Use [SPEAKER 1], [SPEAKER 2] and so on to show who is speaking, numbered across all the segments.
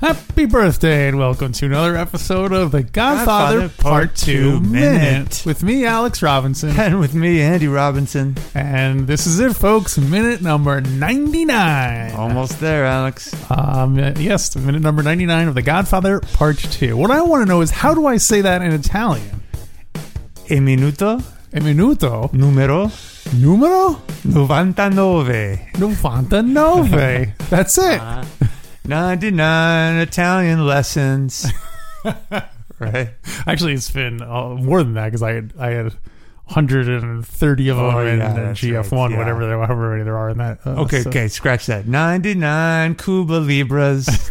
[SPEAKER 1] Happy birthday and welcome to another episode of The Godfather,
[SPEAKER 2] Godfather
[SPEAKER 1] Part
[SPEAKER 2] Part
[SPEAKER 1] 2
[SPEAKER 2] Two
[SPEAKER 1] Minute.
[SPEAKER 2] Minute.
[SPEAKER 1] with me, Alex Robinson.
[SPEAKER 2] And with me, Andy Robinson.
[SPEAKER 1] and this is it, folks. Minute number 99.
[SPEAKER 2] Almost there, Alex.
[SPEAKER 1] Um, yes, minute number 99 of The Godfather Part 2. What I want to know is how do I say that in Italian?
[SPEAKER 2] E minuto
[SPEAKER 1] E minuto
[SPEAKER 2] numero
[SPEAKER 1] numero
[SPEAKER 2] 99.
[SPEAKER 1] 99. That's it.
[SPEAKER 2] Ah. 99 Italian lessons. right?
[SPEAKER 1] Actually, it's been uh, more than that because I had, I had 130 of them
[SPEAKER 2] Oh,
[SPEAKER 1] in
[SPEAKER 2] yeah,
[SPEAKER 1] the
[SPEAKER 2] that's
[SPEAKER 1] GF1,
[SPEAKER 2] right, yeah.
[SPEAKER 1] whatever there, however many there are in that. uh,
[SPEAKER 2] Okay,
[SPEAKER 1] so-
[SPEAKER 2] okay, scratch that. 99 Cuba Libras.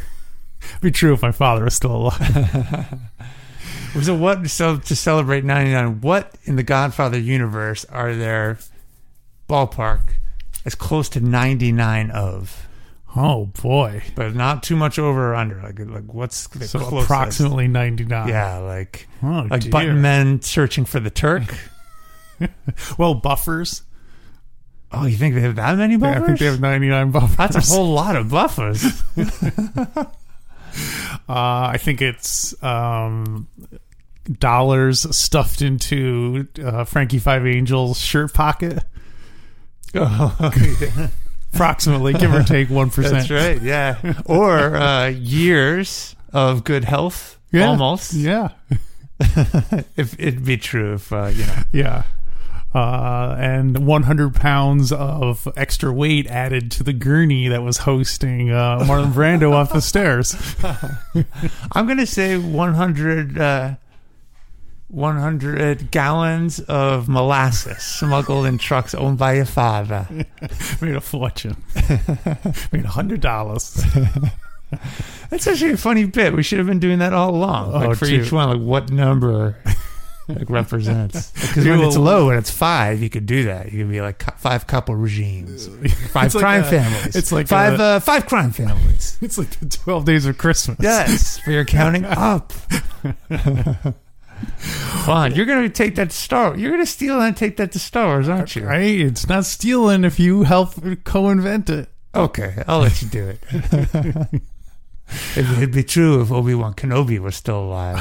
[SPEAKER 1] be true if my father was still alive.
[SPEAKER 2] so, what, so to celebrate 99, what in the Godfather universe are there ballpark as close to 99 of?
[SPEAKER 1] Oh boy.
[SPEAKER 2] But not too much over or under. Like, like what's the
[SPEAKER 1] So
[SPEAKER 2] closest?
[SPEAKER 1] approximately 99.
[SPEAKER 2] Yeah, like
[SPEAKER 1] Oh,
[SPEAKER 2] like
[SPEAKER 1] dear.
[SPEAKER 2] button men searching for the Turk.
[SPEAKER 1] Well, buffers.
[SPEAKER 2] oh, you think they have that many buffers?
[SPEAKER 1] Yeah, I think they have 99 buffers.
[SPEAKER 2] That's a whole lot of buffers.
[SPEAKER 1] Uh, I think it's um, dollars stuffed into uh, Frankie Five Angels shirt pocket. Approximately, give or take 1%.
[SPEAKER 2] That's right. Yeah, or uh, years of good health.
[SPEAKER 1] Yeah.
[SPEAKER 2] Almost.
[SPEAKER 1] Yeah.
[SPEAKER 2] If it'd be true, if uh, you know.
[SPEAKER 1] Yeah. Uh, and 100 pounds of extra weight added to the gurney that was hosting uh, Marlon Brando off the stairs.
[SPEAKER 2] I'm gonna say 100, uh, 100 gallons of molasses smuggled in trucks owned by your father.
[SPEAKER 1] made a fortune. made a hundred dollars.
[SPEAKER 2] That's actually a funny bit. We should have been doing that all along. Like
[SPEAKER 1] Oh,
[SPEAKER 2] for
[SPEAKER 1] dude.
[SPEAKER 2] each one, like what number like represents. Because
[SPEAKER 1] Do
[SPEAKER 2] when
[SPEAKER 1] a-
[SPEAKER 2] it's low and it's five, you could do that. You could be like cu- five couple regimes, five
[SPEAKER 1] It's like
[SPEAKER 2] crime
[SPEAKER 1] a-
[SPEAKER 2] families.
[SPEAKER 1] it's like
[SPEAKER 2] five
[SPEAKER 1] a-
[SPEAKER 2] uh, five crime families.
[SPEAKER 1] It's like the twelve days of Christmas.
[SPEAKER 2] yes, for your counting up. Fun. You're gonna take that to Star. You're gonna steal and take that to Star Wars, aren't you?
[SPEAKER 1] Right? It's not stealing if you help co invent it.
[SPEAKER 2] Okay, I'll let you do it. It- It'd be true if Obi Wan Kenobi was still alive.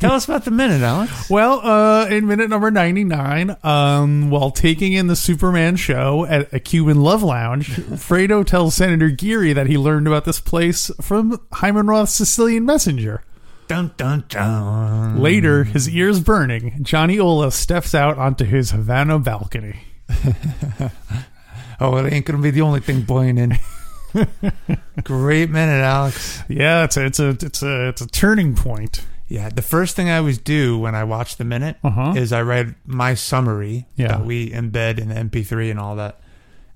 [SPEAKER 2] Tell us about the minute, Alex.
[SPEAKER 1] Well, uh, in minute number 99, um, while taking in the Superman show at a Cuban love lounge, Fredo tells Senator Geary that he learned about this place from Hyman Roth's Sicilian messenger.
[SPEAKER 2] Dun dun dun.
[SPEAKER 1] Later, his ears burning, Johnny Ola steps out onto his Havana balcony.
[SPEAKER 2] Oh, it ain't gonna be the only thing boiling. Great minute, Alex.
[SPEAKER 1] Yeah, it's a, it's a, it's a, it's a turning point.
[SPEAKER 2] Yeah, the first thing I always do when I watch the minute
[SPEAKER 1] Uh-huh.
[SPEAKER 2] is I write my summary
[SPEAKER 1] Yeah.
[SPEAKER 2] that we embed in the MP3 and all that.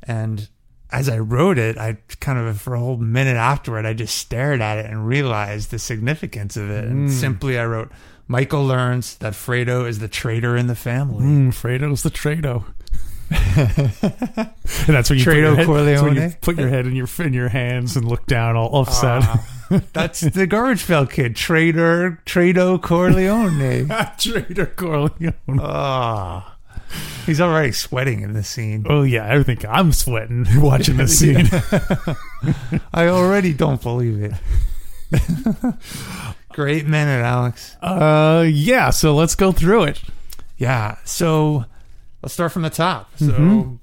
[SPEAKER 2] And as I wrote it, I kind of for a whole minute afterward, I just stared at it and realized the significance of it.
[SPEAKER 1] Mm.
[SPEAKER 2] And simply, I wrote, "Michael learns that Fredo is the traitor in the family."
[SPEAKER 1] Mm, Fredo's the Trado. and that's when you, put
[SPEAKER 2] Trado
[SPEAKER 1] your, head, that's when you
[SPEAKER 2] Corleone.
[SPEAKER 1] put your head in your in your hands and look down, all upset.
[SPEAKER 2] That's the garbage pail kid, traitor, Trado Corleone.
[SPEAKER 1] Trader Corleone.
[SPEAKER 2] Ah, he's already sweating in the scene.
[SPEAKER 1] Oh yeah, I think I'm sweating watching this scene.
[SPEAKER 2] I already don't believe it. Great minute, Alex.
[SPEAKER 1] Uh, yeah. So let's go through it.
[SPEAKER 2] Yeah. So let's start from the top. So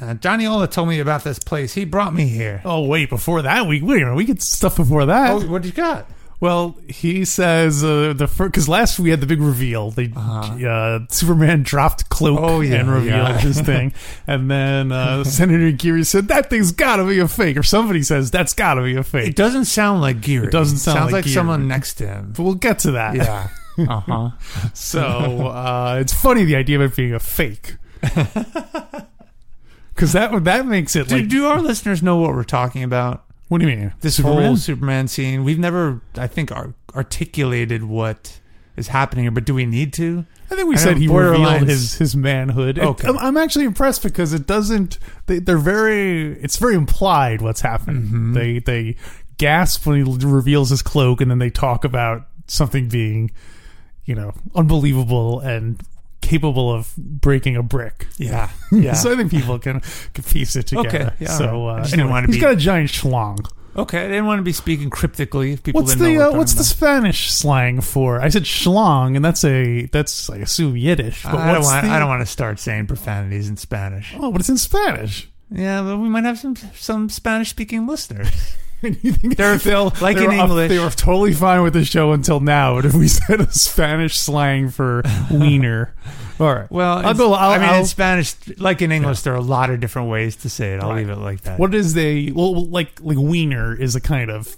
[SPEAKER 2] uh, Johnny Ola told me about this place. He brought me here.
[SPEAKER 1] Oh wait, before that, we wait a minute, we get stuff before that.
[SPEAKER 2] Oh, what you got?
[SPEAKER 1] Well, he says uh, the first because last we had the big reveal. They uh Superman dropped cloak
[SPEAKER 2] Uh-huh. Oh, yeah,
[SPEAKER 1] and revealed
[SPEAKER 2] yeah.
[SPEAKER 1] his thing, and then uh, Senator Geary said that thing's got to be a fake, or somebody says that's got to be a
[SPEAKER 2] It
[SPEAKER 1] fake.
[SPEAKER 2] doesn't sound like Geary. It
[SPEAKER 1] doesn't sound
[SPEAKER 2] Sounds
[SPEAKER 1] like
[SPEAKER 2] like,
[SPEAKER 1] Geary.
[SPEAKER 2] someone next to him.
[SPEAKER 1] But we'll get to that.
[SPEAKER 2] Yeah. Uh huh.
[SPEAKER 1] So uh, it's funny the idea of it being a fake, because that would- that makes it
[SPEAKER 2] do,
[SPEAKER 1] like.
[SPEAKER 2] do our listeners know what we're talking about?
[SPEAKER 1] what do you mean?
[SPEAKER 2] This
[SPEAKER 1] Superman?
[SPEAKER 2] whole Superman scene. We've never, I think, ar- articulated what is happening here, but do we need to?
[SPEAKER 1] I think we
[SPEAKER 2] I
[SPEAKER 1] said
[SPEAKER 2] know,
[SPEAKER 1] he
[SPEAKER 2] borderline
[SPEAKER 1] revealed
[SPEAKER 2] is-
[SPEAKER 1] his his manhood. It-
[SPEAKER 2] Okay.
[SPEAKER 1] I'm, I'm actually impressed because it doesn't. They, they're very. It's very implied what's happening. They they gasp when he reveals his cloak, and then they talk about something being, you know, unbelievable and capable of breaking a brick.
[SPEAKER 2] Yeah, yeah.
[SPEAKER 1] So I think people can, can piece it together.
[SPEAKER 2] Okay, yeah,
[SPEAKER 1] so
[SPEAKER 2] alright. I
[SPEAKER 1] uh,
[SPEAKER 2] just didn't
[SPEAKER 1] anyway,
[SPEAKER 2] wanna
[SPEAKER 1] he's
[SPEAKER 2] be-
[SPEAKER 1] got a giant schlong.
[SPEAKER 2] okay, I didn't want to be speaking cryptically. If people
[SPEAKER 1] What's
[SPEAKER 2] didn't
[SPEAKER 1] the
[SPEAKER 2] know
[SPEAKER 1] uh,
[SPEAKER 2] what
[SPEAKER 1] what's
[SPEAKER 2] I'm
[SPEAKER 1] the Spanish slang for? I said schlong, and that's a that's I assume Yiddish. But
[SPEAKER 2] about. I don't
[SPEAKER 1] what's
[SPEAKER 2] want.
[SPEAKER 1] the-
[SPEAKER 2] I don't want to start saying profanities in Spanish.
[SPEAKER 1] Oh, but it's in Spanish.
[SPEAKER 2] Yeah, but we might have some some Spanish speaking listeners.
[SPEAKER 1] you think
[SPEAKER 2] They're- like
[SPEAKER 1] they
[SPEAKER 2] in
[SPEAKER 1] were up-
[SPEAKER 2] English.
[SPEAKER 1] they were totally fine with the show until now. But if we said a Spanish slang for wiener, all right.
[SPEAKER 2] Well,
[SPEAKER 1] I'll
[SPEAKER 2] in-
[SPEAKER 1] go. I'll,
[SPEAKER 2] I mean,
[SPEAKER 1] I'll-
[SPEAKER 2] in Spanish, like in English, there are a lot of different ways to say it. I'll
[SPEAKER 1] Right.
[SPEAKER 2] leave it like that.
[SPEAKER 1] what is they? Well, like like wiener is a kind of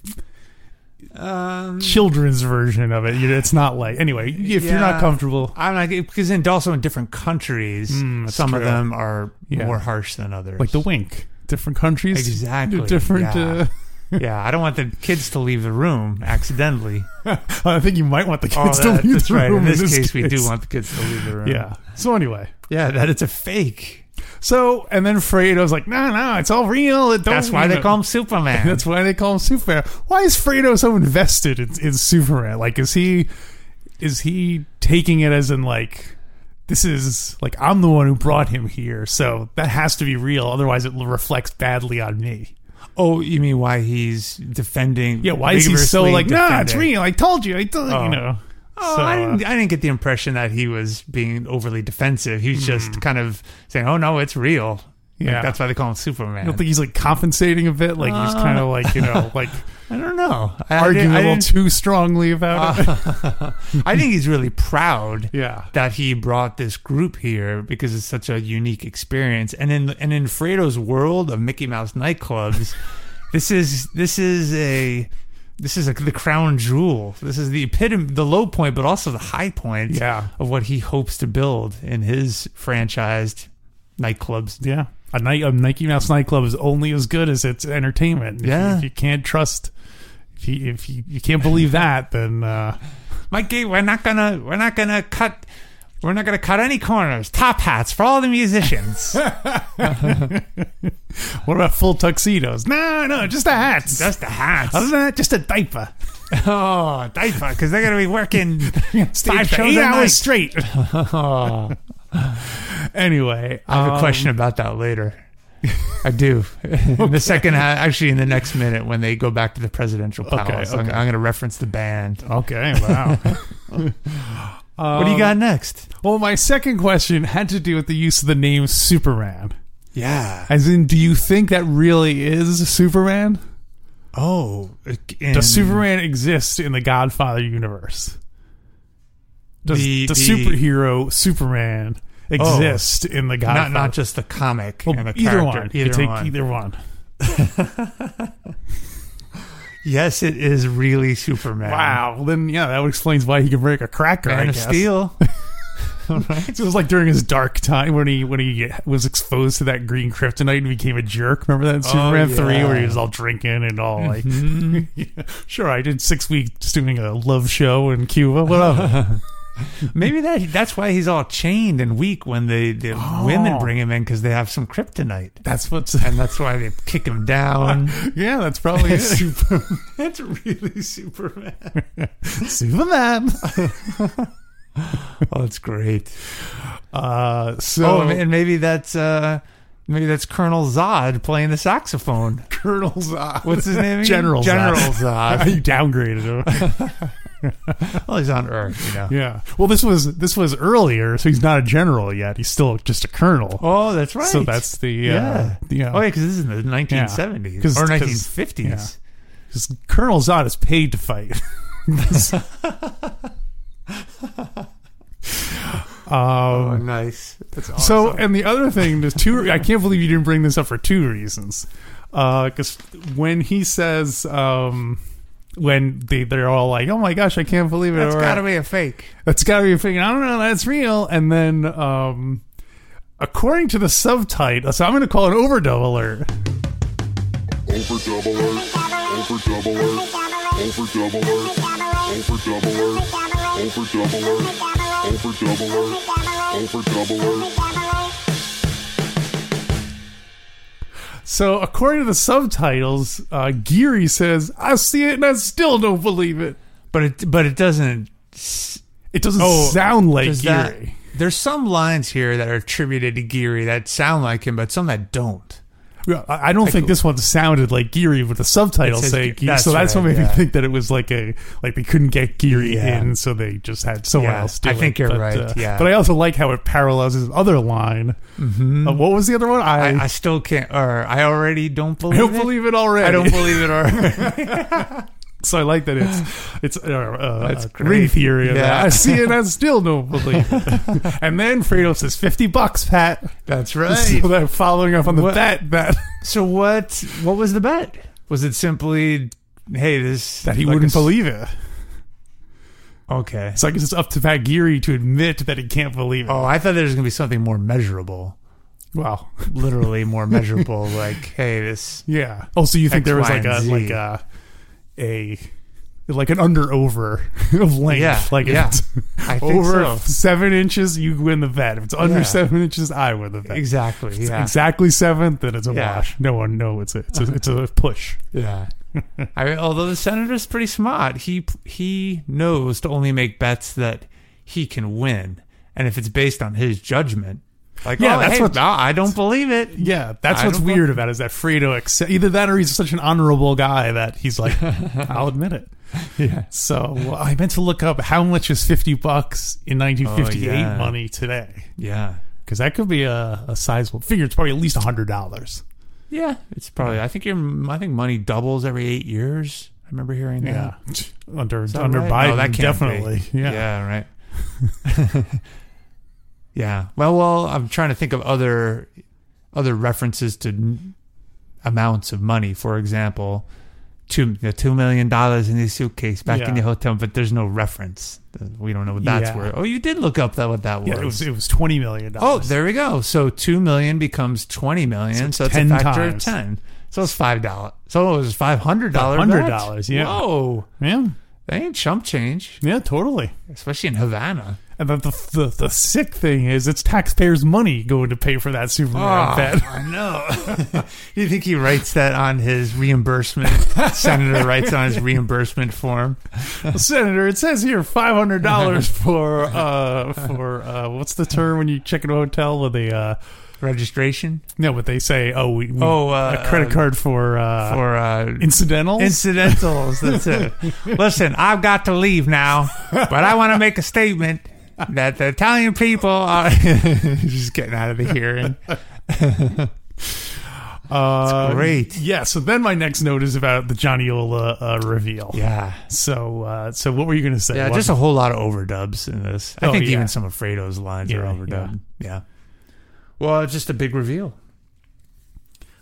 [SPEAKER 2] Um,
[SPEAKER 1] children's version of it. You know, It's not like anyway. If you're
[SPEAKER 2] Yeah.
[SPEAKER 1] not comfortable,
[SPEAKER 2] I'm not because in also in different countries,
[SPEAKER 1] Mm, that's
[SPEAKER 2] some of
[SPEAKER 1] true.
[SPEAKER 2] them are
[SPEAKER 1] Yeah.
[SPEAKER 2] more harsh than others.
[SPEAKER 1] like the wink, different countries,
[SPEAKER 2] Exactly,
[SPEAKER 1] different.
[SPEAKER 2] yeah.
[SPEAKER 1] Uh,
[SPEAKER 2] yeah, I don't want the kids to leave the room accidentally.
[SPEAKER 1] uh, I think you might want the
[SPEAKER 2] Oh,
[SPEAKER 1] kids
[SPEAKER 2] that-
[SPEAKER 1] to leave
[SPEAKER 2] that's
[SPEAKER 1] the
[SPEAKER 2] right.
[SPEAKER 1] room.
[SPEAKER 2] In this, case, we do
[SPEAKER 1] case.
[SPEAKER 2] want the kids to leave the room.
[SPEAKER 1] Yeah. So anyway,
[SPEAKER 2] yeah, that it's a fake.
[SPEAKER 1] so and then Fredo's like, no, no, it's all real. It don't,
[SPEAKER 2] That's why
[SPEAKER 1] you
[SPEAKER 2] they
[SPEAKER 1] know."
[SPEAKER 2] call him Superman.
[SPEAKER 1] That's why they call him Superman. Why is Fredo so invested in, in Superman? Like, is he is he taking it as in like this is like I'm the one who brought him here, so that has to be real. Otherwise, it reflects badly on me.
[SPEAKER 2] oh, you mean why he's defending?
[SPEAKER 1] Yeah, why is he so
[SPEAKER 2] vigorously
[SPEAKER 1] like? Nah, it's
[SPEAKER 2] defending-
[SPEAKER 1] real. I told you. I told
[SPEAKER 2] Oh.
[SPEAKER 1] you know.
[SPEAKER 2] Oh,
[SPEAKER 1] So,
[SPEAKER 2] I
[SPEAKER 1] uh,
[SPEAKER 2] didn't. I didn't get the impression that he was being overly defensive. He was just kind of saying, "Oh no, it's real." Like,
[SPEAKER 1] Hmm. Yeah. Uh.
[SPEAKER 2] that's why they call him
[SPEAKER 1] I
[SPEAKER 2] Superman.
[SPEAKER 1] don't think he's like compensating a bit. Like he's kind of like you know like
[SPEAKER 2] I don't know. I, I
[SPEAKER 1] arguing
[SPEAKER 2] didn't-
[SPEAKER 1] a
[SPEAKER 2] I
[SPEAKER 1] little
[SPEAKER 2] didn't-
[SPEAKER 1] too strongly about it.
[SPEAKER 2] I think he's really proud
[SPEAKER 1] Yeah.
[SPEAKER 2] that he brought this group here because it's such a unique experience. And in and in Fredo's world of Mickey Mouse nightclubs, this is this is a this is a, the crown jewel. This is the epitome, the low point, but also the high point
[SPEAKER 1] Yeah.
[SPEAKER 2] of what he hopes to build in his franchised nightclubs.
[SPEAKER 1] Yeah. A night a Nike Mouse nightclub is only as good as its entertainment. If you-
[SPEAKER 2] Yeah.
[SPEAKER 1] If you, can't trust if you if you, you can't believe that, then uh
[SPEAKER 2] Mikey, we're not gonna we're not gonna cut we're not gonna cut any corners. Top hats for all the musicians.
[SPEAKER 1] what about full tuxedos? No, no, just the hats.
[SPEAKER 2] Just the hats.
[SPEAKER 1] Other than that, just a diaper.
[SPEAKER 2] Oh, diaper, because they're gonna be working
[SPEAKER 1] Five
[SPEAKER 2] five
[SPEAKER 1] to
[SPEAKER 2] shows
[SPEAKER 1] eight
[SPEAKER 2] a
[SPEAKER 1] hours
[SPEAKER 2] night.
[SPEAKER 1] straight.
[SPEAKER 2] Oh,
[SPEAKER 1] anyway.
[SPEAKER 2] I have a
[SPEAKER 1] um,
[SPEAKER 2] question about that later. I do. in the second, ha- actually, in the next minute when they go back to the presidential
[SPEAKER 1] Okay,
[SPEAKER 2] palace, I'm,
[SPEAKER 1] okay.
[SPEAKER 2] I'm going to reference the band.
[SPEAKER 1] Okay, wow.
[SPEAKER 2] what do
[SPEAKER 1] Um,
[SPEAKER 2] you got next?
[SPEAKER 1] well, my second question had to do with the use of the name Superman.
[SPEAKER 2] Yeah.
[SPEAKER 1] As in, do you think that really is Superman?
[SPEAKER 2] Oh, in
[SPEAKER 1] Does Superman exist in the Godfather universe? Does the,
[SPEAKER 2] The- the-
[SPEAKER 1] superhero Superman exist in the
[SPEAKER 2] not
[SPEAKER 1] Godfather?
[SPEAKER 2] not just the comic
[SPEAKER 1] Well,
[SPEAKER 2] and the
[SPEAKER 1] either
[SPEAKER 2] character.
[SPEAKER 1] one. You
[SPEAKER 2] Either
[SPEAKER 1] take
[SPEAKER 2] one.
[SPEAKER 1] either one.
[SPEAKER 2] Yes, it is really Superman.
[SPEAKER 1] Wow. Well, then yeah, that explains why he can break a cracker. I
[SPEAKER 2] Man of
[SPEAKER 1] guess.
[SPEAKER 2] Steel.
[SPEAKER 1] It was like during his dark time when he when he was exposed to that green kryptonite and became a jerk. Remember that in Superman
[SPEAKER 2] Oh, yeah. Mm-hmm.
[SPEAKER 1] three where he was all drinking and all like, Yeah, sure, I did six weeks doing a love show in Cuba. What up?
[SPEAKER 2] Maybe that that's why he's all chained and weak when the, the women
[SPEAKER 1] Oh.
[SPEAKER 2] bring him in because they have some kryptonite.
[SPEAKER 1] That's what's
[SPEAKER 2] and that's why they kick him down.
[SPEAKER 1] yeah. That's probably it.
[SPEAKER 2] Superman. That's really Superman.
[SPEAKER 1] Superman.
[SPEAKER 2] Oh, that's great.
[SPEAKER 1] Uh,
[SPEAKER 2] Oh,
[SPEAKER 1] so
[SPEAKER 2] and maybe that's uh, maybe that's Colonel Zod playing the saxophone.
[SPEAKER 1] Colonel Zod.
[SPEAKER 2] What's his name? again?
[SPEAKER 1] General Zod.
[SPEAKER 2] General Zod.
[SPEAKER 1] you downgraded him.
[SPEAKER 2] well, he's on Earth, you know.
[SPEAKER 1] yeah. Well, this was this was earlier, so he's not a general yet. He's still just a colonel.
[SPEAKER 2] Oh, that's right.
[SPEAKER 1] So that's the uh,
[SPEAKER 2] yeah.
[SPEAKER 1] yeah.
[SPEAKER 2] Oh, yeah, because this is in the 1970s
[SPEAKER 1] 'Cause-
[SPEAKER 2] or
[SPEAKER 1] 'cause-
[SPEAKER 2] 1950s.
[SPEAKER 1] Because Colonel Zod is paid to fight.
[SPEAKER 2] Oh,
[SPEAKER 1] um.
[SPEAKER 2] nice. That's awesome.
[SPEAKER 1] So, and the other thing, there's two. I can't believe you didn't bring this up for two reasons. Because when he says, um, when they they're all like, "Oh my gosh, I can't believe it,"
[SPEAKER 2] that's
[SPEAKER 1] or,
[SPEAKER 2] got to be a fake.
[SPEAKER 1] That's gotta be a thing. I don't know. That's real. And then, um, according to the subtitle, so I'm going to call it overdub alert.
[SPEAKER 3] Overdub alert. Overdub alert. Overdub alert. Overdub alert. Overdub alert. Overdoubler. Overdoubler.
[SPEAKER 1] So, according to the subtitles, uh, Geary says, "I see it and I still don't believe it."
[SPEAKER 2] But it but it doesn't. s-
[SPEAKER 1] It doesn't
[SPEAKER 2] Oh,
[SPEAKER 1] sound like
[SPEAKER 2] does
[SPEAKER 1] Geary.
[SPEAKER 2] that- there's some lines here that are attributed to Geary that sound like him, but some that don't.
[SPEAKER 1] Yeah, I I don't think this one sounded like Geary with the subtitles
[SPEAKER 2] It says
[SPEAKER 1] say
[SPEAKER 2] Ge-
[SPEAKER 1] Geary.
[SPEAKER 2] that's
[SPEAKER 1] so that's what
[SPEAKER 2] right,
[SPEAKER 1] made me
[SPEAKER 2] yeah.
[SPEAKER 1] think that it was like a like they couldn't get Geary
[SPEAKER 2] Yeah.
[SPEAKER 1] in, so they just had someone
[SPEAKER 2] Yeah,
[SPEAKER 1] else do
[SPEAKER 2] I
[SPEAKER 1] it.
[SPEAKER 2] think you're
[SPEAKER 1] But,
[SPEAKER 2] right,
[SPEAKER 1] uh,
[SPEAKER 2] yeah.
[SPEAKER 1] but I also like how it parallels his other line. Uh, what was the other one? I,
[SPEAKER 2] Mm-hmm. I,
[SPEAKER 1] I,
[SPEAKER 2] I still can't, or I already don't believe.
[SPEAKER 1] don't
[SPEAKER 2] it.
[SPEAKER 1] believe it already.
[SPEAKER 2] I don't believe it. Or
[SPEAKER 1] so I like that it's it's uh, uh,
[SPEAKER 2] That's
[SPEAKER 1] a
[SPEAKER 2] great.
[SPEAKER 1] ring theory. Of
[SPEAKER 2] Yeah.
[SPEAKER 1] that. I see it. I still don't believe it. and then Fredo says fifty bucks, Pat.
[SPEAKER 2] that's
[SPEAKER 1] So they're following up on the
[SPEAKER 2] What-
[SPEAKER 1] bet that
[SPEAKER 2] So what? What was the bet? Was it simply, hey, this
[SPEAKER 1] that he
[SPEAKER 2] like
[SPEAKER 1] wouldn't
[SPEAKER 2] a s-
[SPEAKER 1] believe it.
[SPEAKER 2] Okay.
[SPEAKER 1] So I guess it's up to Pat Geary to admit that he can't believe it.
[SPEAKER 2] Oh, I thought there was gonna be something more measurable,
[SPEAKER 1] Wow.
[SPEAKER 2] literally more measurable. like, hey, this.
[SPEAKER 1] Yeah. Oh, so you think
[SPEAKER 2] X,
[SPEAKER 1] there was
[SPEAKER 2] Y,
[SPEAKER 1] like a
[SPEAKER 2] and Z.
[SPEAKER 1] like a a like an under over of length.
[SPEAKER 2] Yeah,
[SPEAKER 1] Like if
[SPEAKER 2] yeah.
[SPEAKER 1] it's
[SPEAKER 2] I think
[SPEAKER 1] over
[SPEAKER 2] so.
[SPEAKER 1] seven inches, you win the bet. If it's under
[SPEAKER 2] Yeah.
[SPEAKER 1] seven inches, I win the bet.
[SPEAKER 2] Exactly.
[SPEAKER 1] If it's
[SPEAKER 2] Yeah.
[SPEAKER 1] Exactly seven, then it's a
[SPEAKER 2] Yeah.
[SPEAKER 1] wash. No one no, it's a it's a, it's a push.
[SPEAKER 2] Yeah. I mean, although the senator's pretty smart, he he knows to only make bets that he can win, and if it's based on his judgment, like
[SPEAKER 1] Yeah,
[SPEAKER 2] yeah,
[SPEAKER 1] that's
[SPEAKER 2] that's
[SPEAKER 1] what-
[SPEAKER 2] what I don't believe it.
[SPEAKER 1] Yeah, that's
[SPEAKER 2] I
[SPEAKER 1] what's
[SPEAKER 2] don't
[SPEAKER 1] weird about it, is that Fredo accept either that or he's such an honorable guy that he's like, I'll admit it.
[SPEAKER 2] Yeah,
[SPEAKER 1] So well, I meant to look up how much is fifty bucks in nineteen fifty eight
[SPEAKER 2] Oh, yeah.
[SPEAKER 1] money today.
[SPEAKER 2] yeah,
[SPEAKER 1] Because that could be a, a sizable figure. It's probably at least hundred dollars.
[SPEAKER 2] yeah. It's probably. I think your I think money doubles every eight years. I remember hearing that.
[SPEAKER 1] under
[SPEAKER 2] that
[SPEAKER 1] under
[SPEAKER 2] right?
[SPEAKER 1] Biden,
[SPEAKER 2] No, that can't
[SPEAKER 1] definitely.
[SPEAKER 2] be.
[SPEAKER 1] Yeah.
[SPEAKER 2] Yeah, right. yeah. Well, well, I'm trying to think of other other references to n- amounts of money. For example, two the two million dollars in the suitcase back in
[SPEAKER 1] Yeah.
[SPEAKER 2] the hotel, but there's no reference. We don't know what that's
[SPEAKER 1] Yeah.
[SPEAKER 2] worth. Oh, you did look up that what that was.
[SPEAKER 1] Yeah, it was it was twenty million
[SPEAKER 2] Oh,
[SPEAKER 1] dollars.
[SPEAKER 2] there we go. So two million becomes twenty
[SPEAKER 1] So
[SPEAKER 2] million.
[SPEAKER 1] it's
[SPEAKER 2] So, it's a
[SPEAKER 1] 10
[SPEAKER 2] factor of
[SPEAKER 1] times.
[SPEAKER 2] ten. So it's five dollars. So it was five hundred dollars.
[SPEAKER 1] $500, yeah.
[SPEAKER 2] Whoa,
[SPEAKER 1] yeah,
[SPEAKER 2] that ain't chump change
[SPEAKER 1] yeah, totally.
[SPEAKER 2] especially in Havana.
[SPEAKER 1] And then the, the the sick thing is, it's taxpayers' money going to pay for that Superman bet.
[SPEAKER 2] Ah, I know. you think he writes that on his reimbursement? Senator writes on his reimbursement form.
[SPEAKER 1] Senator, it says here five hundred dollars for uh for uh what's the term when you check in a hotel with a uh
[SPEAKER 2] Registration
[SPEAKER 1] no, but they say oh we, we
[SPEAKER 2] Oh, uh,
[SPEAKER 1] a credit
[SPEAKER 2] uh,
[SPEAKER 1] card Um, for uh
[SPEAKER 2] for uh,
[SPEAKER 1] incidentals.
[SPEAKER 2] incidentals. That's it. Listen, I've got to leave now, but I want to make a statement that the Italian people are just getting out of the hearing.
[SPEAKER 1] Uh,
[SPEAKER 2] great.
[SPEAKER 1] Yeah. So then my next note is about the Johnny Ola uh, reveal.
[SPEAKER 2] Yeah.
[SPEAKER 1] So uh, so what were you going to say?
[SPEAKER 2] Yeah,
[SPEAKER 1] What-
[SPEAKER 2] just a whole lot of overdubs in this. I
[SPEAKER 1] Oh,
[SPEAKER 2] think
[SPEAKER 1] yeah.
[SPEAKER 2] even some of Fredo's lines
[SPEAKER 1] Yeah,
[SPEAKER 2] are overdubbed. Yeah. Well, it's just a big reveal.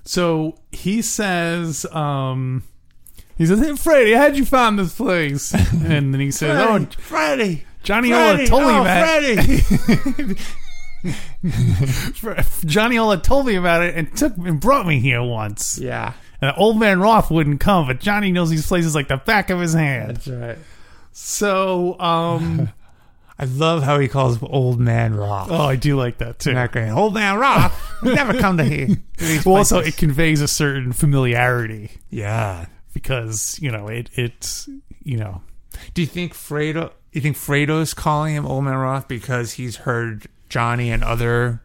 [SPEAKER 1] so he says. Um, he says, "Hey, Freddie, how'd you find this place?" and then he says, "Oh,
[SPEAKER 2] Freddie.
[SPEAKER 1] Johnny Ola told
[SPEAKER 2] Oh,
[SPEAKER 1] me about
[SPEAKER 2] Freddie.
[SPEAKER 1] it. Johnny Ola told me about it and took and brought me here once.
[SPEAKER 2] yeah,
[SPEAKER 1] And old man Roth wouldn't come, but Johnny knows these places like the back of his hand.
[SPEAKER 2] that's right.
[SPEAKER 1] So, um,
[SPEAKER 2] I love how he calls him Old Man Roth.
[SPEAKER 1] oh, I do like that too.
[SPEAKER 2] Not great. Old Man Roth. would never come to here. to these
[SPEAKER 1] Well, also,
[SPEAKER 2] places.
[SPEAKER 1] it conveys a certain familiarity
[SPEAKER 2] yeah.
[SPEAKER 1] because you know it it's you know
[SPEAKER 2] Do you think Fredo? You think Fredo's calling him Old Man Roth because he's heard Johnny and other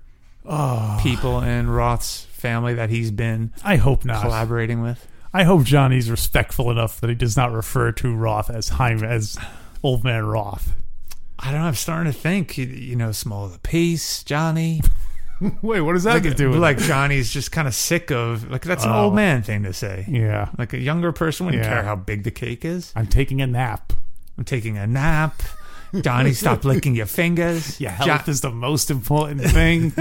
[SPEAKER 1] Ah.
[SPEAKER 2] people in Roth's family that he's been
[SPEAKER 1] I hope not.
[SPEAKER 2] collaborating with?
[SPEAKER 1] I hope Johnny's respectful enough that he does not refer to Roth as Heim as old man Roth.
[SPEAKER 2] I don't know. I'm starting to think. You, you know, small the piece, Johnny.
[SPEAKER 1] Wait, what does that have to do with
[SPEAKER 2] like Johnny's just kind of sick of like that's an
[SPEAKER 1] Oh.
[SPEAKER 2] old man thing to say.
[SPEAKER 1] Yeah.
[SPEAKER 2] Like a younger person wouldn't
[SPEAKER 1] Yeah.
[SPEAKER 2] care how big the cake is.
[SPEAKER 1] I'm taking a nap.
[SPEAKER 2] I'm taking a nap. Johnny, stop licking your fingers.
[SPEAKER 1] Yeah,
[SPEAKER 2] Jo-
[SPEAKER 1] health is the most important thing.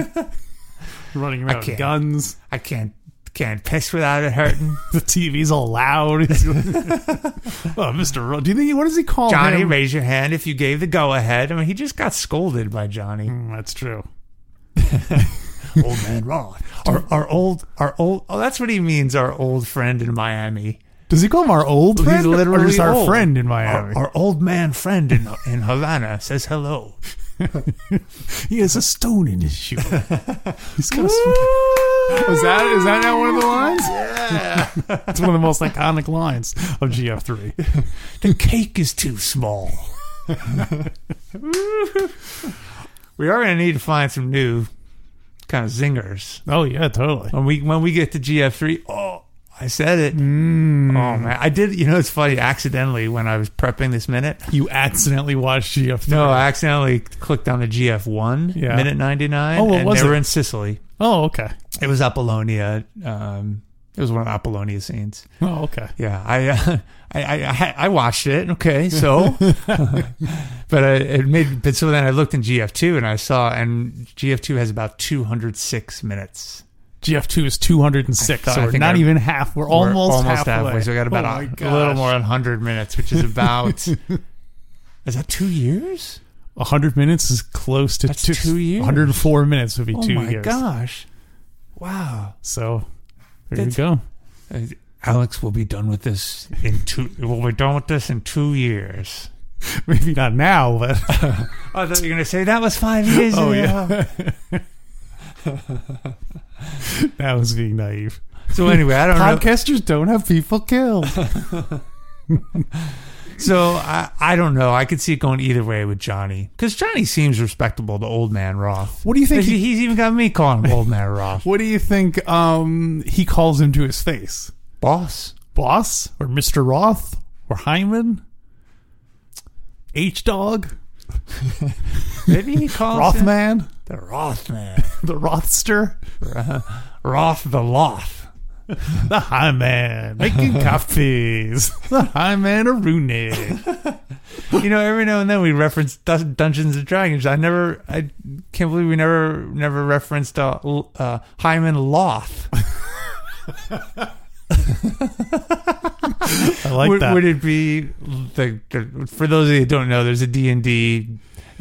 [SPEAKER 1] Running around with
[SPEAKER 2] can't.
[SPEAKER 1] guns.
[SPEAKER 2] I can't can't piss without it hurting.
[SPEAKER 1] The TV's all round. oh, Mr. Roth. Oh, Do you think he, what does he call
[SPEAKER 2] Johnny,
[SPEAKER 1] him?
[SPEAKER 2] raise your hand if you gave the go ahead. I mean, he just got scolded by Johnny.
[SPEAKER 1] Mm, That's true.
[SPEAKER 2] old man Roth. Our, our old, our old. Oh, that's what he means. Our old friend in Miami.
[SPEAKER 1] Does he call him our old friend?
[SPEAKER 2] literally
[SPEAKER 1] or just our
[SPEAKER 2] old.
[SPEAKER 1] friend in
[SPEAKER 2] Our,
[SPEAKER 1] Miami.
[SPEAKER 2] our old man friend in in Havana says hello.
[SPEAKER 1] He has a stone in his shoe. He's got a stone. Is that is that not one of the lines?
[SPEAKER 2] Yeah.
[SPEAKER 1] It's one of the most iconic lines of GF3.
[SPEAKER 2] the cake is too small. we are going to need to find some new kind of zingers
[SPEAKER 1] Oh yeah, totally.
[SPEAKER 2] when we when we get to GF3. Oh, I said it.
[SPEAKER 1] Mm.
[SPEAKER 2] Oh man, I did. You know, it's funny. Accidentally, when I was prepping this minute,
[SPEAKER 1] You accidentally watched GF3.
[SPEAKER 2] no, I accidentally clicked on the GF1
[SPEAKER 1] Yeah.
[SPEAKER 2] minute ninety nine.
[SPEAKER 1] Oh, what
[SPEAKER 2] and
[SPEAKER 1] was
[SPEAKER 2] they were
[SPEAKER 1] it?
[SPEAKER 2] in Sicily.
[SPEAKER 1] Oh okay.
[SPEAKER 2] It was Apollonia. Um, it was one of the Apollonia scenes.
[SPEAKER 1] Oh okay.
[SPEAKER 2] Yeah, I, uh, I, I, I watched it. Okay, so, but I, it made. But so then I looked in GF two and I saw, and GF two has about two hundred six minutes.
[SPEAKER 1] GF2 is 206,
[SPEAKER 2] I thought-
[SPEAKER 1] so
[SPEAKER 2] I
[SPEAKER 1] we're
[SPEAKER 2] think
[SPEAKER 1] not
[SPEAKER 2] I-
[SPEAKER 1] even half. We're
[SPEAKER 2] We're
[SPEAKER 1] almost,
[SPEAKER 2] almost halfway. So I got about
[SPEAKER 1] Oh
[SPEAKER 2] a,
[SPEAKER 1] my
[SPEAKER 2] a little
[SPEAKER 1] gosh.
[SPEAKER 2] more than hundred minutes, which is about. is that two years?
[SPEAKER 1] 100 minutes is close to
[SPEAKER 2] That's two years.
[SPEAKER 1] 104 minutes would be
[SPEAKER 2] Oh
[SPEAKER 1] two
[SPEAKER 2] my
[SPEAKER 1] years.
[SPEAKER 2] gosh! Wow.
[SPEAKER 1] So there
[SPEAKER 2] That's-
[SPEAKER 1] you go.
[SPEAKER 2] Uh, Alex will be done with this in two. we'll be done with this in two years.
[SPEAKER 1] Maybe not now, but
[SPEAKER 2] Oh, I thought you were going to say that was five years
[SPEAKER 1] Oh,
[SPEAKER 2] ago.
[SPEAKER 1] yeah. that was being naive.
[SPEAKER 2] So anyway, I don't know.
[SPEAKER 1] Podcasters don't have people killed.
[SPEAKER 2] So I, I don't know. I could see it going either way with Johnny because Johnny seems respectable to Old Man Roth.
[SPEAKER 1] What do you think?
[SPEAKER 2] He-
[SPEAKER 1] He,
[SPEAKER 2] he's even got me calling him Old Man Roth
[SPEAKER 1] what do you think? Um, he calls him to his face,
[SPEAKER 2] boss.
[SPEAKER 1] boss or Mister Roth or Hyman, H Dog,
[SPEAKER 2] Maybe he calls him
[SPEAKER 1] Rothman,
[SPEAKER 2] the Roth man,
[SPEAKER 1] the Rothster,
[SPEAKER 2] Roth the Loth.
[SPEAKER 1] the High Man making coffees, the High Man of Rooney.
[SPEAKER 2] You know, every now and then we reference Dun- Dungeons and Dragons. I never, I can't believe we never, never referenced uh, L- uh, Hyman Loth.
[SPEAKER 1] I like
[SPEAKER 2] would,
[SPEAKER 1] that.
[SPEAKER 2] would it be the, the for those of you who don't know there's a d&d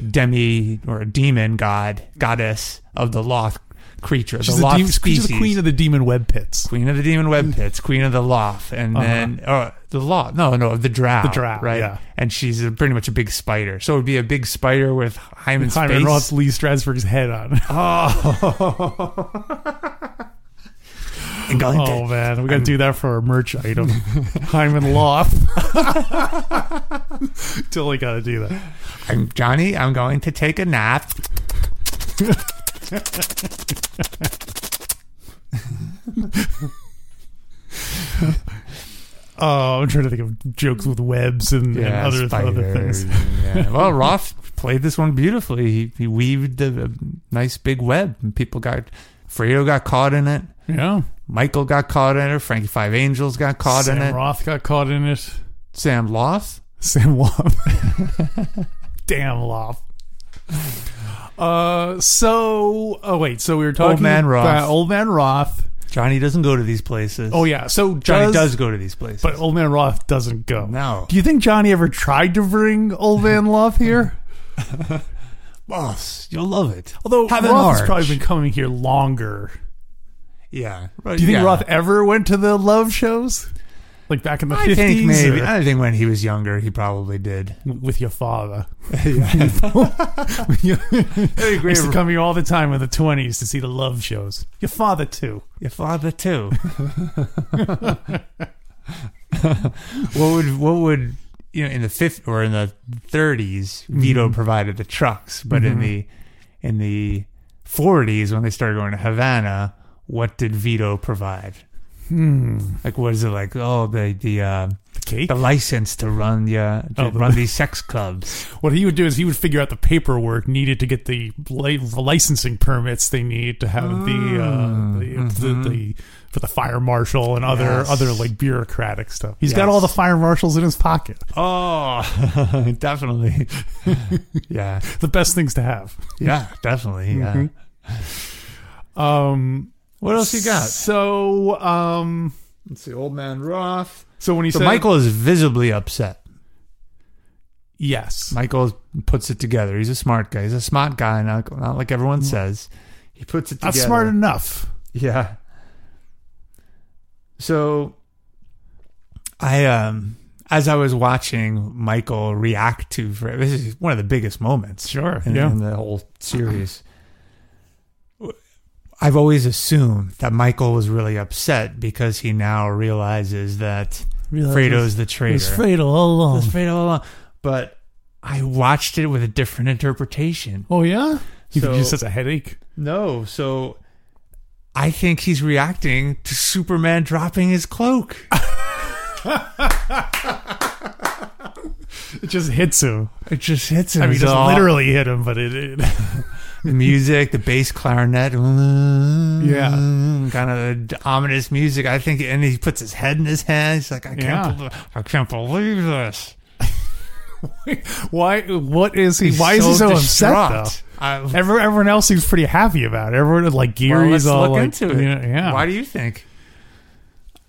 [SPEAKER 2] demi or a demon god goddess of the loth creature
[SPEAKER 1] she's,
[SPEAKER 2] the
[SPEAKER 1] the
[SPEAKER 2] loth
[SPEAKER 1] dem-
[SPEAKER 2] species
[SPEAKER 1] she's the queen of the demon web pits.
[SPEAKER 2] Queen of the demon web
[SPEAKER 1] Mm.
[SPEAKER 2] pits queen of the loth and then uh, the loth no no the drow the
[SPEAKER 1] Uh-huh. drow,
[SPEAKER 2] right
[SPEAKER 1] yeah.
[SPEAKER 2] and she's a, pretty much a big spider so it would be a big spider with hyman's
[SPEAKER 1] Hyman
[SPEAKER 2] face
[SPEAKER 1] Roth's Lee Strasberg's head on.
[SPEAKER 2] Oh. and going to-
[SPEAKER 1] Oh man, we gotta do that for our merch item. Hyman Loth. totally gotta do that.
[SPEAKER 2] I'm Johnny. I'm going to take a nap.
[SPEAKER 1] Oh, I'm trying to think of jokes with webs and, and other other things.
[SPEAKER 2] yeah. Well, Roth played this one beautifully. He, he weaved a, a nice big web, and people got Fredo got caught in it.
[SPEAKER 1] Yeah,
[SPEAKER 2] Michael got caught in it. Frankie Five Angels got caught
[SPEAKER 1] Sam
[SPEAKER 2] in it.
[SPEAKER 1] Roth got caught in it.
[SPEAKER 2] Sam Loth.
[SPEAKER 1] Sam Loth. Damn Loth. Uh, so oh wait, so we were talking
[SPEAKER 2] Old Man Roth.
[SPEAKER 1] about Old Man Roth.
[SPEAKER 2] Johnny doesn't go to these places.
[SPEAKER 1] Oh yeah, so
[SPEAKER 2] Johnny
[SPEAKER 1] does,
[SPEAKER 2] does go to these places.
[SPEAKER 1] but Old Man Roth doesn't go.
[SPEAKER 2] No.
[SPEAKER 1] Do you think Johnny ever tried to bring Old Man Roth here?
[SPEAKER 2] boss, you'll love it.
[SPEAKER 1] Although
[SPEAKER 2] Have an
[SPEAKER 1] Roth has
[SPEAKER 2] arch.
[SPEAKER 1] probably been coming here longer.
[SPEAKER 2] Yeah.
[SPEAKER 1] Do you think
[SPEAKER 2] yeah.
[SPEAKER 1] Roth ever went to the love shows? Like back in the
[SPEAKER 2] I think
[SPEAKER 1] 50s?
[SPEAKER 2] maybe.
[SPEAKER 1] or-
[SPEAKER 2] I think when he was younger, he probably did.
[SPEAKER 1] with your father.
[SPEAKER 2] yeah.
[SPEAKER 1] You
[SPEAKER 2] Very great.
[SPEAKER 1] used to come here all the time in the 20s to see the love shows. Your father, too.
[SPEAKER 2] Your father too. what would what would you know in the fifth or in the thirties Vito provided the trucks, but in the in the forties when they started going to Havana, what did Vito provide? Hmm. Like what is it like? Oh, the the uh,
[SPEAKER 1] The cake?
[SPEAKER 2] the license to run yeah to
[SPEAKER 1] Oh, the-
[SPEAKER 2] run these sex clubs.
[SPEAKER 1] What he would do is he would figure out the paperwork needed to get the li- licensing permits they need to have the, uh, the, the, the for the fire marshal and other
[SPEAKER 2] Ah, mm-hmm. Yes.
[SPEAKER 1] other like bureaucratic stuff. He's got
[SPEAKER 2] Yes.
[SPEAKER 1] all the fire marshals in his pocket.
[SPEAKER 2] Oh, definitely. yeah,
[SPEAKER 1] The best things to have.
[SPEAKER 2] yeah, definitely. Yeah.
[SPEAKER 1] Um,
[SPEAKER 2] What else you got?
[SPEAKER 1] So, um,
[SPEAKER 2] Let's see, Old Man Roth.
[SPEAKER 1] so when he
[SPEAKER 2] So
[SPEAKER 1] said
[SPEAKER 2] Michael is visibly upset.
[SPEAKER 1] yes,
[SPEAKER 2] Michael puts it together. He's a smart guy. He's a smart guy, not, not like everyone says. He puts it
[SPEAKER 1] not
[SPEAKER 2] together.
[SPEAKER 1] smart enough.
[SPEAKER 2] Yeah. So I um as I was watching Michael react to for this is one of the biggest moments,
[SPEAKER 1] Sure,
[SPEAKER 2] in,
[SPEAKER 1] yeah.
[SPEAKER 2] in the whole series. I've always assumed that Michael was really upset because he now realizes that
[SPEAKER 1] Realizes
[SPEAKER 2] Fredo's the
[SPEAKER 1] It
[SPEAKER 2] traitor.
[SPEAKER 1] was fatal all
[SPEAKER 2] It was
[SPEAKER 1] along.
[SPEAKER 2] Fredo all along. But I watched it with a different interpretation.
[SPEAKER 1] Oh yeah, he
[SPEAKER 2] So-
[SPEAKER 1] just has a headache.
[SPEAKER 2] No, so I think he's reacting to Superman dropping his cloak.
[SPEAKER 1] It just hits him.
[SPEAKER 2] It just hits him.
[SPEAKER 1] I mean, it
[SPEAKER 2] It's
[SPEAKER 1] doesn't
[SPEAKER 2] all-
[SPEAKER 1] literally hit him, but it. it
[SPEAKER 2] the music, the bass clarinet,
[SPEAKER 1] Yeah.
[SPEAKER 2] kind of ominous music. I think, and he puts his head in his hands. He's like, I can't,
[SPEAKER 1] Yeah.
[SPEAKER 2] believe, I can't believe this.
[SPEAKER 1] why? What is he? why is he so upset
[SPEAKER 2] distraught. I,
[SPEAKER 1] though? Every, everyone else seems pretty happy about it. Everyone like
[SPEAKER 2] well,
[SPEAKER 1] Geary's
[SPEAKER 2] let's
[SPEAKER 1] all
[SPEAKER 2] look
[SPEAKER 1] like,
[SPEAKER 2] into it.
[SPEAKER 1] Yeah, yeah.
[SPEAKER 2] Why do you think?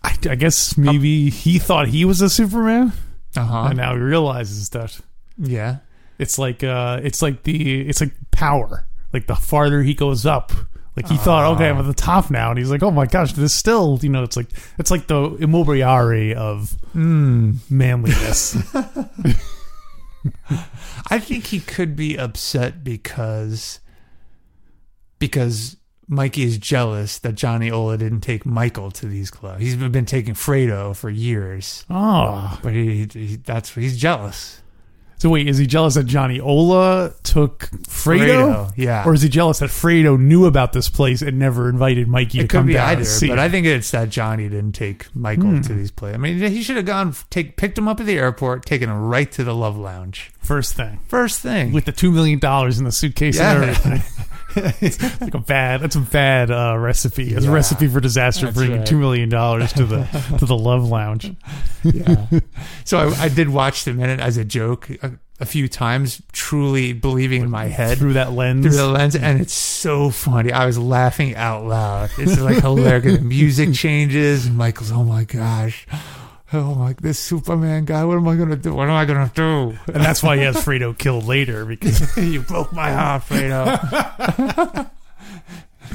[SPEAKER 1] I, I guess maybe he thought he was a Superman,
[SPEAKER 2] Uh
[SPEAKER 1] and
[SPEAKER 2] huh.
[SPEAKER 1] now he realizes that
[SPEAKER 2] Yeah.
[SPEAKER 1] it's like uh, it's like the it's like power. Like the farther he goes up, like he thought, okay, I'm at the top now, and he's like, oh my gosh, this still, you know, it's like it's like the immobiliari of
[SPEAKER 2] Hmm.
[SPEAKER 1] manliness.
[SPEAKER 2] I think he could be upset because because Mikey is jealous that Johnny Ola didn't take Michael to these clubs. He's been taking Fredo for years,
[SPEAKER 1] oh,
[SPEAKER 2] but he, he that's he's jealous.
[SPEAKER 1] so wait, is he jealous that Johnny Ola took Fredo?
[SPEAKER 2] Fredo, yeah.
[SPEAKER 1] or is he jealous that Fredo knew about this place and never invited Mikey to
[SPEAKER 2] It
[SPEAKER 1] come
[SPEAKER 2] could be
[SPEAKER 1] down
[SPEAKER 2] either,
[SPEAKER 1] and see?
[SPEAKER 2] but I think it's that Johnny didn't take Michael to
[SPEAKER 1] Hmm.
[SPEAKER 2] these plays. I mean, he should have gone take picked him up at the airport, taken him right to the Love Lounge
[SPEAKER 1] First thing.
[SPEAKER 2] first thing.
[SPEAKER 1] with the two million dollars in the suitcase and
[SPEAKER 2] Yeah.
[SPEAKER 1] everything. it's like a bad. That's a bad uh, recipe. It's a
[SPEAKER 2] Yeah.
[SPEAKER 1] recipe for disaster.
[SPEAKER 2] That's
[SPEAKER 1] bringing
[SPEAKER 2] right.
[SPEAKER 1] two million dollars to the to the love lounge.
[SPEAKER 2] yeah. so I, I did watch the minute as a joke a, a few times, truly believing in my head
[SPEAKER 1] through that lens.
[SPEAKER 2] through the lens, and it's so funny. I was laughing out loud. It's like hilarious. the music changes, and Michael's, oh my gosh. Oh my! This Superman guy. What am I gonna do? What am I gonna do?
[SPEAKER 1] and that's why he has Fredo killed later because
[SPEAKER 2] you broke my heart, Fredo.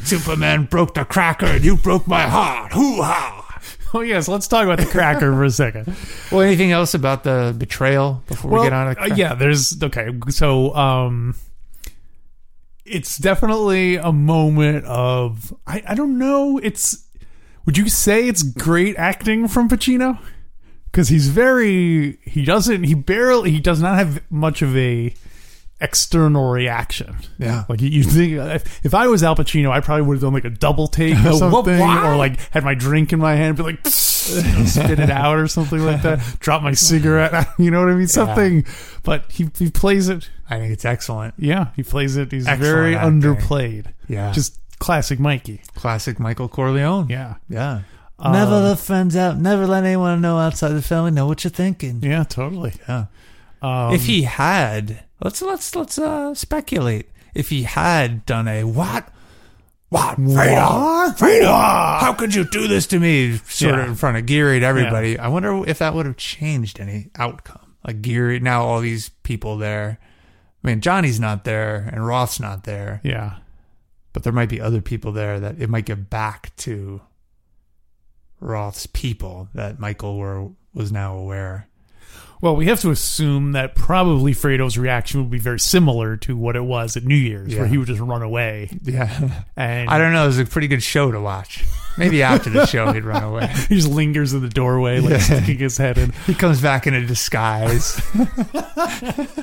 [SPEAKER 2] Superman broke the cracker and you broke my heart. Hoo ha!
[SPEAKER 1] oh yes, let's talk about the cracker for a second.
[SPEAKER 2] Well, anything else about the betrayal before we get on? to the
[SPEAKER 1] uh,
[SPEAKER 2] crack-
[SPEAKER 1] yeah, there's okay. So um, it's definitely a moment of I I don't know. It's would you say it's great acting from Pacino? Because he's very he doesn't he barely he does not have much of a external reaction.
[SPEAKER 2] Yeah.
[SPEAKER 1] Like you- you think if, if I was Al Pacino, I probably would have done like a double take or something, or like had my drink in my hand, be like you know, spit it out or something like that. Drop my cigarette, you know what I mean? Something. But he he plays it.
[SPEAKER 2] I think it's excellent.
[SPEAKER 1] Yeah, he plays it. He's
[SPEAKER 2] Excellent
[SPEAKER 1] very
[SPEAKER 2] acting.
[SPEAKER 1] underplayed.
[SPEAKER 2] Yeah.
[SPEAKER 1] just classic Mikey.
[SPEAKER 2] Classic Michael Corleone.
[SPEAKER 1] Yeah, Um,
[SPEAKER 2] Yeah. never let friends out. Never let anyone know outside the family know what you're thinking.
[SPEAKER 1] yeah, totally.
[SPEAKER 2] Yeah.
[SPEAKER 1] Um,
[SPEAKER 2] if he had, let's let's let's uh, speculate. If he had done a what, what, Fredo, Fredo, how could you do this to me? Sort
[SPEAKER 1] Yeah.
[SPEAKER 2] of in front of Geary and everybody. I wonder if that would have changed any outcome. Like Geary, now all these people there. I mean, Johnny's not there and Roth's not there,
[SPEAKER 1] yeah,
[SPEAKER 2] but there might be other people there that it might get back to Roth's people that Michael were was now aware.
[SPEAKER 1] Well, we have to assume that probably Fredo's reaction would be very similar to what it was at New Year's, where
[SPEAKER 2] Yeah.
[SPEAKER 1] he would just run away.
[SPEAKER 2] Yeah.
[SPEAKER 1] And
[SPEAKER 2] I don't know. It was a pretty good show to watch. Maybe after the show, he'd run away.
[SPEAKER 1] he just lingers in the doorway, like sticking his head in.
[SPEAKER 2] He comes back in a disguise.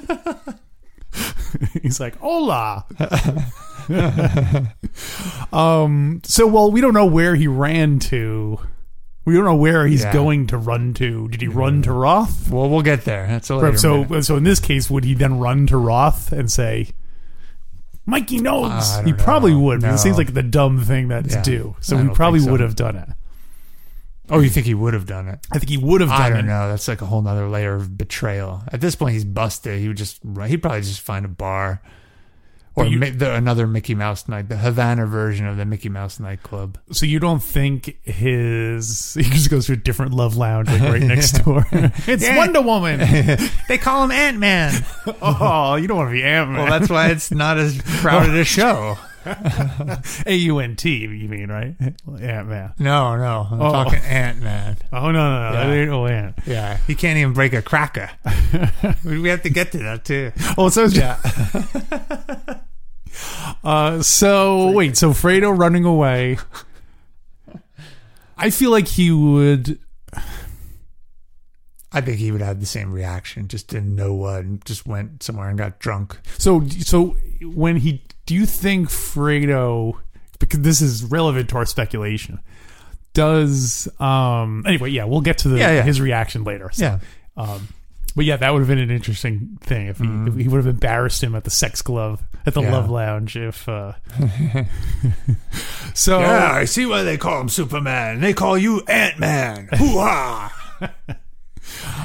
[SPEAKER 1] He's like, "Hola." um. So, well, we don't know where he ran to. We don't know where he's
[SPEAKER 2] Yeah.
[SPEAKER 1] going to run to. Did he run to Roth?
[SPEAKER 2] well, we'll get there. That's a later.
[SPEAKER 1] so,
[SPEAKER 2] minute.
[SPEAKER 1] so in this case, would he then run to Roth and say, "Mikey knows"?
[SPEAKER 2] I don't
[SPEAKER 1] he probably
[SPEAKER 2] know.
[SPEAKER 1] would. Because
[SPEAKER 2] No.
[SPEAKER 1] It seems like the dumb thing that's
[SPEAKER 2] Yeah.
[SPEAKER 1] due. So
[SPEAKER 2] I
[SPEAKER 1] he
[SPEAKER 2] don't
[SPEAKER 1] probably
[SPEAKER 2] think so.
[SPEAKER 1] would have done it.
[SPEAKER 2] oh, you think he would have done it?
[SPEAKER 1] I think he would have done
[SPEAKER 2] I
[SPEAKER 1] it.
[SPEAKER 2] don't know. That's like a whole nother layer of betrayal. At this point, he's busted. He would just. He'd probably just find a bar, or
[SPEAKER 1] But you-
[SPEAKER 2] mi- the, another Mickey Mouse night, the Havana version of the Mickey Mouse nightclub.
[SPEAKER 1] So you don't think his he just goes to a different love lounge like right next door? it's
[SPEAKER 2] Yeah.
[SPEAKER 1] Wonder Woman.
[SPEAKER 2] They call him Ant Man.
[SPEAKER 1] oh, you don't want to be Ant Man.
[SPEAKER 2] Well, that's why it's not as crowded a show.
[SPEAKER 1] A U N T, you mean, right? Ant Man.
[SPEAKER 2] No, no. I'm
[SPEAKER 1] Oh.
[SPEAKER 2] talking Ant Man.
[SPEAKER 1] Oh, no, no, no.
[SPEAKER 2] Yeah.
[SPEAKER 1] That ain't no ant.
[SPEAKER 2] Yeah. He can't even break a cracker. we we have to get to that, too.
[SPEAKER 1] Oh, so it's-
[SPEAKER 2] Yeah.
[SPEAKER 1] Uh, so wait, so Fredo running away. I feel like he would.
[SPEAKER 2] I think he would have the same reaction. Just didn't know what and just went somewhere and got drunk.
[SPEAKER 1] So so when he, do you think Fredo? Because this is relevant to our speculation. Does um anyway? Yeah, we'll get to the
[SPEAKER 2] Yeah, yeah.
[SPEAKER 1] his reaction later. So, Um, but yeah, that would have been an interesting thing if he, if he would have embarrassed him at the sex glove at the
[SPEAKER 2] Mm-hmm. Yeah.
[SPEAKER 1] love lounge. If uh, so,
[SPEAKER 2] Yeah, I see why they call him Superman. They call you Ant Man. Hoo ha!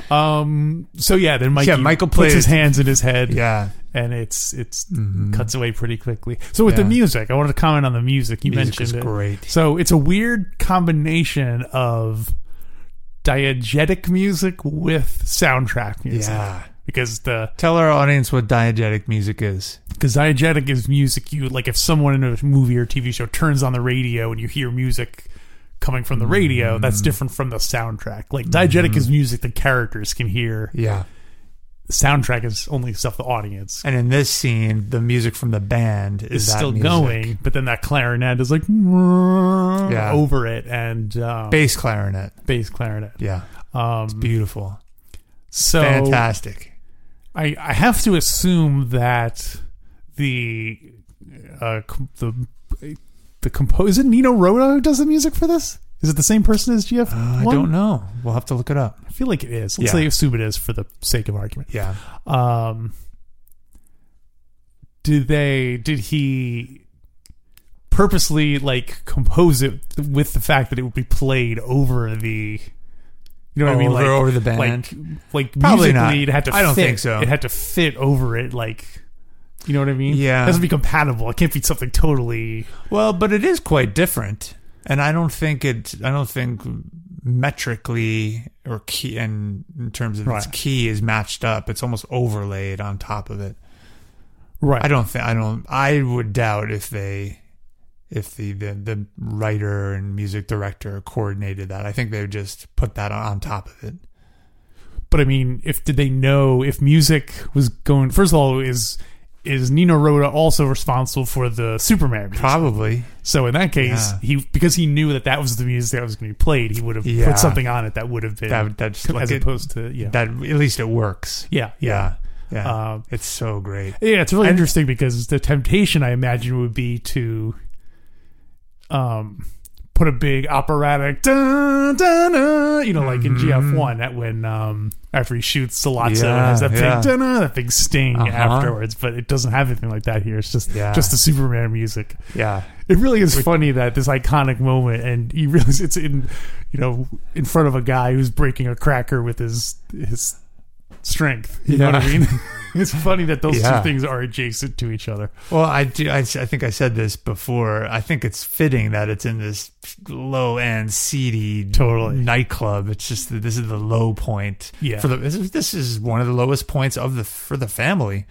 [SPEAKER 1] um, so yeah, then Mikey
[SPEAKER 2] Yeah, Michael
[SPEAKER 1] puts his
[SPEAKER 2] plays-
[SPEAKER 1] hands in his head.
[SPEAKER 2] Yeah. Mm-hmm.
[SPEAKER 1] and it's it's cuts away pretty quickly. So with the
[SPEAKER 2] Yeah.
[SPEAKER 1] music, I wanted to comment on the music. You
[SPEAKER 2] Music
[SPEAKER 1] mentioned
[SPEAKER 2] is
[SPEAKER 1] it.
[SPEAKER 2] great.
[SPEAKER 1] So it's a weird combination of diegetic music with soundtrack music.
[SPEAKER 2] Yeah.
[SPEAKER 1] Because the
[SPEAKER 2] Tell our audience what diegetic music is.
[SPEAKER 1] because diegetic is music you like if someone in a movie or TV show turns on the radio and you hear music coming from the radio, that's
[SPEAKER 2] Mm.
[SPEAKER 1] different from the soundtrack. Like diegetic is music the characters can hear.
[SPEAKER 2] Yeah.
[SPEAKER 1] Soundtrack is only stuff the audience
[SPEAKER 2] And in this scene, the music from the band is,
[SPEAKER 1] is
[SPEAKER 2] that
[SPEAKER 1] still
[SPEAKER 2] music.
[SPEAKER 1] going, but then that clarinet is like over it and um, bass,
[SPEAKER 2] Bass clarinet.
[SPEAKER 1] clarinet.
[SPEAKER 2] Yeah.
[SPEAKER 1] Um,
[SPEAKER 2] Beautiful.
[SPEAKER 1] so
[SPEAKER 2] Fantastic.
[SPEAKER 1] I, I have to assume that the uh, com- the the composer is it Nino Rota who does the music for this? Is it the same person as GF?
[SPEAKER 2] Uh, I don't know. We'll have to look it up.
[SPEAKER 1] I feel like it is. Let's
[SPEAKER 2] Yeah.
[SPEAKER 1] say assume it is for the sake of argument.
[SPEAKER 2] Yeah.
[SPEAKER 1] um did they did he purposely like compose it with the fact that it would be played over the you know what I mean
[SPEAKER 2] Over-
[SPEAKER 1] like
[SPEAKER 2] over the band.
[SPEAKER 1] like like
[SPEAKER 2] Probably
[SPEAKER 1] musically it
[SPEAKER 2] not.
[SPEAKER 1] had to
[SPEAKER 2] I don't
[SPEAKER 1] fit.
[SPEAKER 2] think so.
[SPEAKER 1] it had to fit over it like you know what I mean
[SPEAKER 2] Yeah.
[SPEAKER 1] it has to be compatible it can't be something totally
[SPEAKER 2] Well, but it is quite different, and I don't think it. I don't think metrically or key and in terms of its
[SPEAKER 1] Right.
[SPEAKER 2] key is matched up. It's almost overlaid on top of it.
[SPEAKER 1] right
[SPEAKER 2] I don't think. I don't. I would doubt if they, if the the, the writer and music director coordinated that. I think they would just put that on, on top of it.
[SPEAKER 1] but I mean, if did they know if music was going? First of all, is is Nino Rota also responsible for the Superman? music?
[SPEAKER 2] Probably.
[SPEAKER 1] So in that case,
[SPEAKER 2] Yeah.
[SPEAKER 1] he because he knew that that was the music that was going to be played, he would have
[SPEAKER 2] Yeah.
[SPEAKER 1] put something on it that would have been
[SPEAKER 2] That that's like
[SPEAKER 1] as
[SPEAKER 2] it,
[SPEAKER 1] opposed to yeah,
[SPEAKER 2] that at least it works.
[SPEAKER 1] yeah,
[SPEAKER 2] Yeah. Yeah.
[SPEAKER 1] Um,
[SPEAKER 2] it's so great.
[SPEAKER 1] yeah. It's really interesting because the temptation I imagine would be to, um, put a big operatic, dun, dun, dun, you know, like in GF one that when um after he shoots Salazzo and
[SPEAKER 2] Mm-hmm. Yeah,
[SPEAKER 1] has that big
[SPEAKER 2] yeah.
[SPEAKER 1] dun, dun, that big sting
[SPEAKER 2] Uh-huh.
[SPEAKER 1] afterwards, but it doesn't have anything like that here. It's just
[SPEAKER 2] Yeah.
[SPEAKER 1] just the Superman music.
[SPEAKER 2] Yeah.
[SPEAKER 1] It really is funny that this iconic moment, and you realize it's in, you know, in front of a guy who's breaking a cracker with his his strength. You know what I
[SPEAKER 2] Yeah.
[SPEAKER 1] mean? it's funny that those
[SPEAKER 2] Yeah.
[SPEAKER 1] two things are adjacent to each other.
[SPEAKER 2] Well, I do. I, s- I think I said this before. I think it's fitting that it's in this low end, seedy,
[SPEAKER 1] Totally.
[SPEAKER 2] nightclub. It's just that this is the low point.
[SPEAKER 1] Yeah.
[SPEAKER 2] For the this is, this is one of the lowest points of the for the family,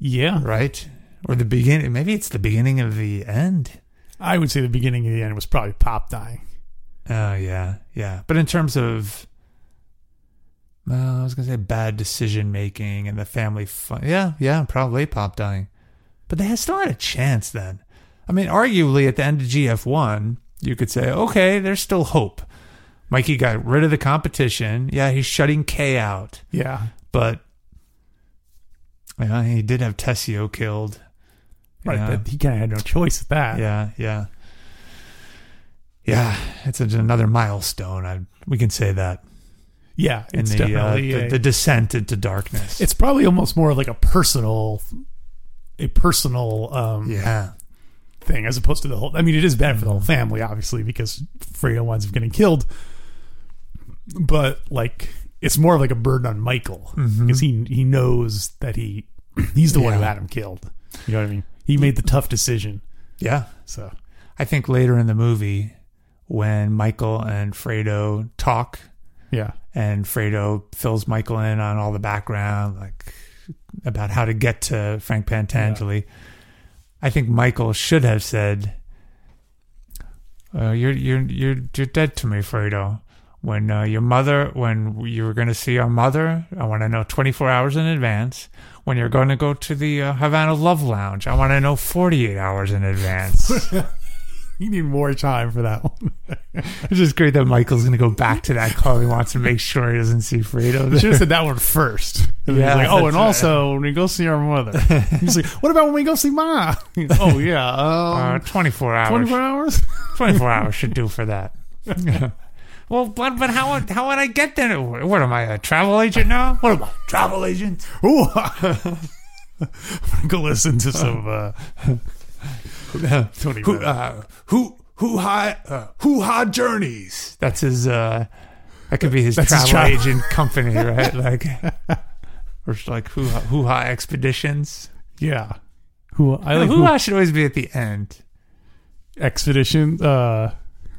[SPEAKER 1] Yeah,
[SPEAKER 2] right? Or the beginning. Maybe it's the beginning of the end.
[SPEAKER 1] I would say the beginning and the end was probably Pop dying.
[SPEAKER 2] Oh yeah, yeah. But in terms of, well, I was gonna say bad decision making and the family. Fun- yeah, yeah. Probably pop dying, but they had- still had a chance then. I mean, arguably at the end of GF one, you could say, okay, there's still hope. Mikey got rid of the competition. Yeah, he's shutting K out,
[SPEAKER 1] Yeah,
[SPEAKER 2] but yeah, he did have Tessio killed.
[SPEAKER 1] right.
[SPEAKER 2] Yeah.
[SPEAKER 1] That, he kind of had no choice at that.
[SPEAKER 2] Yeah, yeah. Yeah, it's a, another milestone. I, we can say that
[SPEAKER 1] yeah.
[SPEAKER 2] in
[SPEAKER 1] It's
[SPEAKER 2] the, uh,
[SPEAKER 1] definitely
[SPEAKER 2] the,
[SPEAKER 1] a-
[SPEAKER 2] the descent into darkness.
[SPEAKER 1] it's probably almost more like a personal, a personal um,
[SPEAKER 2] yeah,
[SPEAKER 1] thing as opposed to the whole. I mean, it is bad for the whole family, obviously, because Fredo winds up getting killed. But like, it's more of like a burden on Michael because he he knows that he he's the one who
[SPEAKER 2] Yeah.
[SPEAKER 1] had him killed. You know what I mean? He made the tough decision.
[SPEAKER 2] yeah.
[SPEAKER 1] So
[SPEAKER 2] I think later in the movie, when Michael and Fredo talk,
[SPEAKER 1] yeah,
[SPEAKER 2] and Fredo fills Michael in on all the background, like about how to get to Frank Pantangeli. I think Michael should have said, uh, "You're you're you're you're dead to me, Fredo." When uh, your mother, when you were going to see your mother, I want to know 24 hours in advance. When you're going to go to the uh, Havana Love Lounge, I want to know 48 hours in advance.
[SPEAKER 1] You need more time for that one.
[SPEAKER 2] it's just great that Michael's going to go back to that call. He wants to make sure he doesn't see Fredo.
[SPEAKER 1] Should have said that one first. And then
[SPEAKER 2] Yeah,
[SPEAKER 1] he's like, oh,
[SPEAKER 2] that's
[SPEAKER 1] and also when we go see our mother. He's like, what about when we go see Ma? oh yeah,
[SPEAKER 2] Uh,
[SPEAKER 1] um,
[SPEAKER 2] 24 hours.
[SPEAKER 1] twenty four hours.
[SPEAKER 2] 24 hours should do for that. well, but, but how would- how would I get there? What am I, a travel agent now? What am I, travel agent?
[SPEAKER 1] Ooh. go listen to some uh, Tony.
[SPEAKER 2] Who
[SPEAKER 1] Bennett.
[SPEAKER 2] uh, who who high uh, who high journeys? That's his. uh That could be his
[SPEAKER 1] That's
[SPEAKER 2] travel
[SPEAKER 1] his travel-
[SPEAKER 2] agent company, right? Like, or just like who who high expeditions?
[SPEAKER 1] yeah, who I like
[SPEAKER 2] Who
[SPEAKER 1] who,
[SPEAKER 2] high should always be at the end.
[SPEAKER 1] expedition. Uh,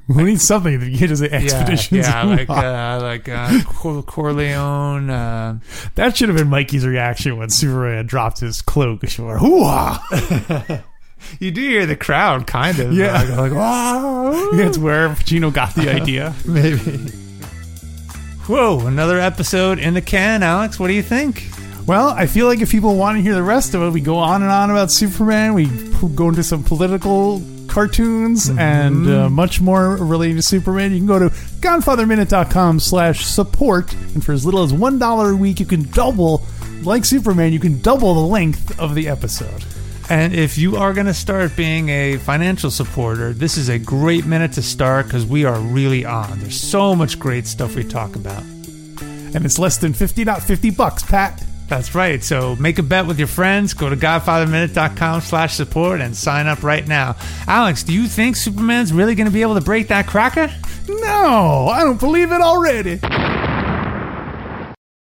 [SPEAKER 1] we need something that you can just say expeditions.
[SPEAKER 2] Yeah, yeah like
[SPEAKER 1] Hoo-ha.
[SPEAKER 2] uh, like uh, Cor- Corleone. Uh,
[SPEAKER 1] that should have been Mikey's reaction when Superman dropped his cloak. Hoo ha!
[SPEAKER 2] you do hear the crowd, kind of.
[SPEAKER 1] Yeah.
[SPEAKER 2] like, like wow.
[SPEAKER 1] That's where Pacino got the idea.
[SPEAKER 2] Maybe. Whoa, another episode in the can, Alex. What do you think?
[SPEAKER 1] Well, I feel like if people want to hear the rest of it, we go on and on about Superman. We p- go into some political cartoons and uh, much more related to Superman. You can go to godfatherminute.com slash support. And for as little as $1 a week, you can double, like Superman, you can double the length of the episode.
[SPEAKER 2] And if you are going to start being a financial supporter, this is a great minute to start because we are really on. There's so much great stuff we talk about.
[SPEAKER 1] And it's less than 50, not 50 bucks, Pat.
[SPEAKER 2] That's right. So make a bet with your friends. Go to godfatherminute.com slash support and sign up right now. Alex, do you think Superman's really going to be able to break that cracker?
[SPEAKER 1] No, I don't believe it already.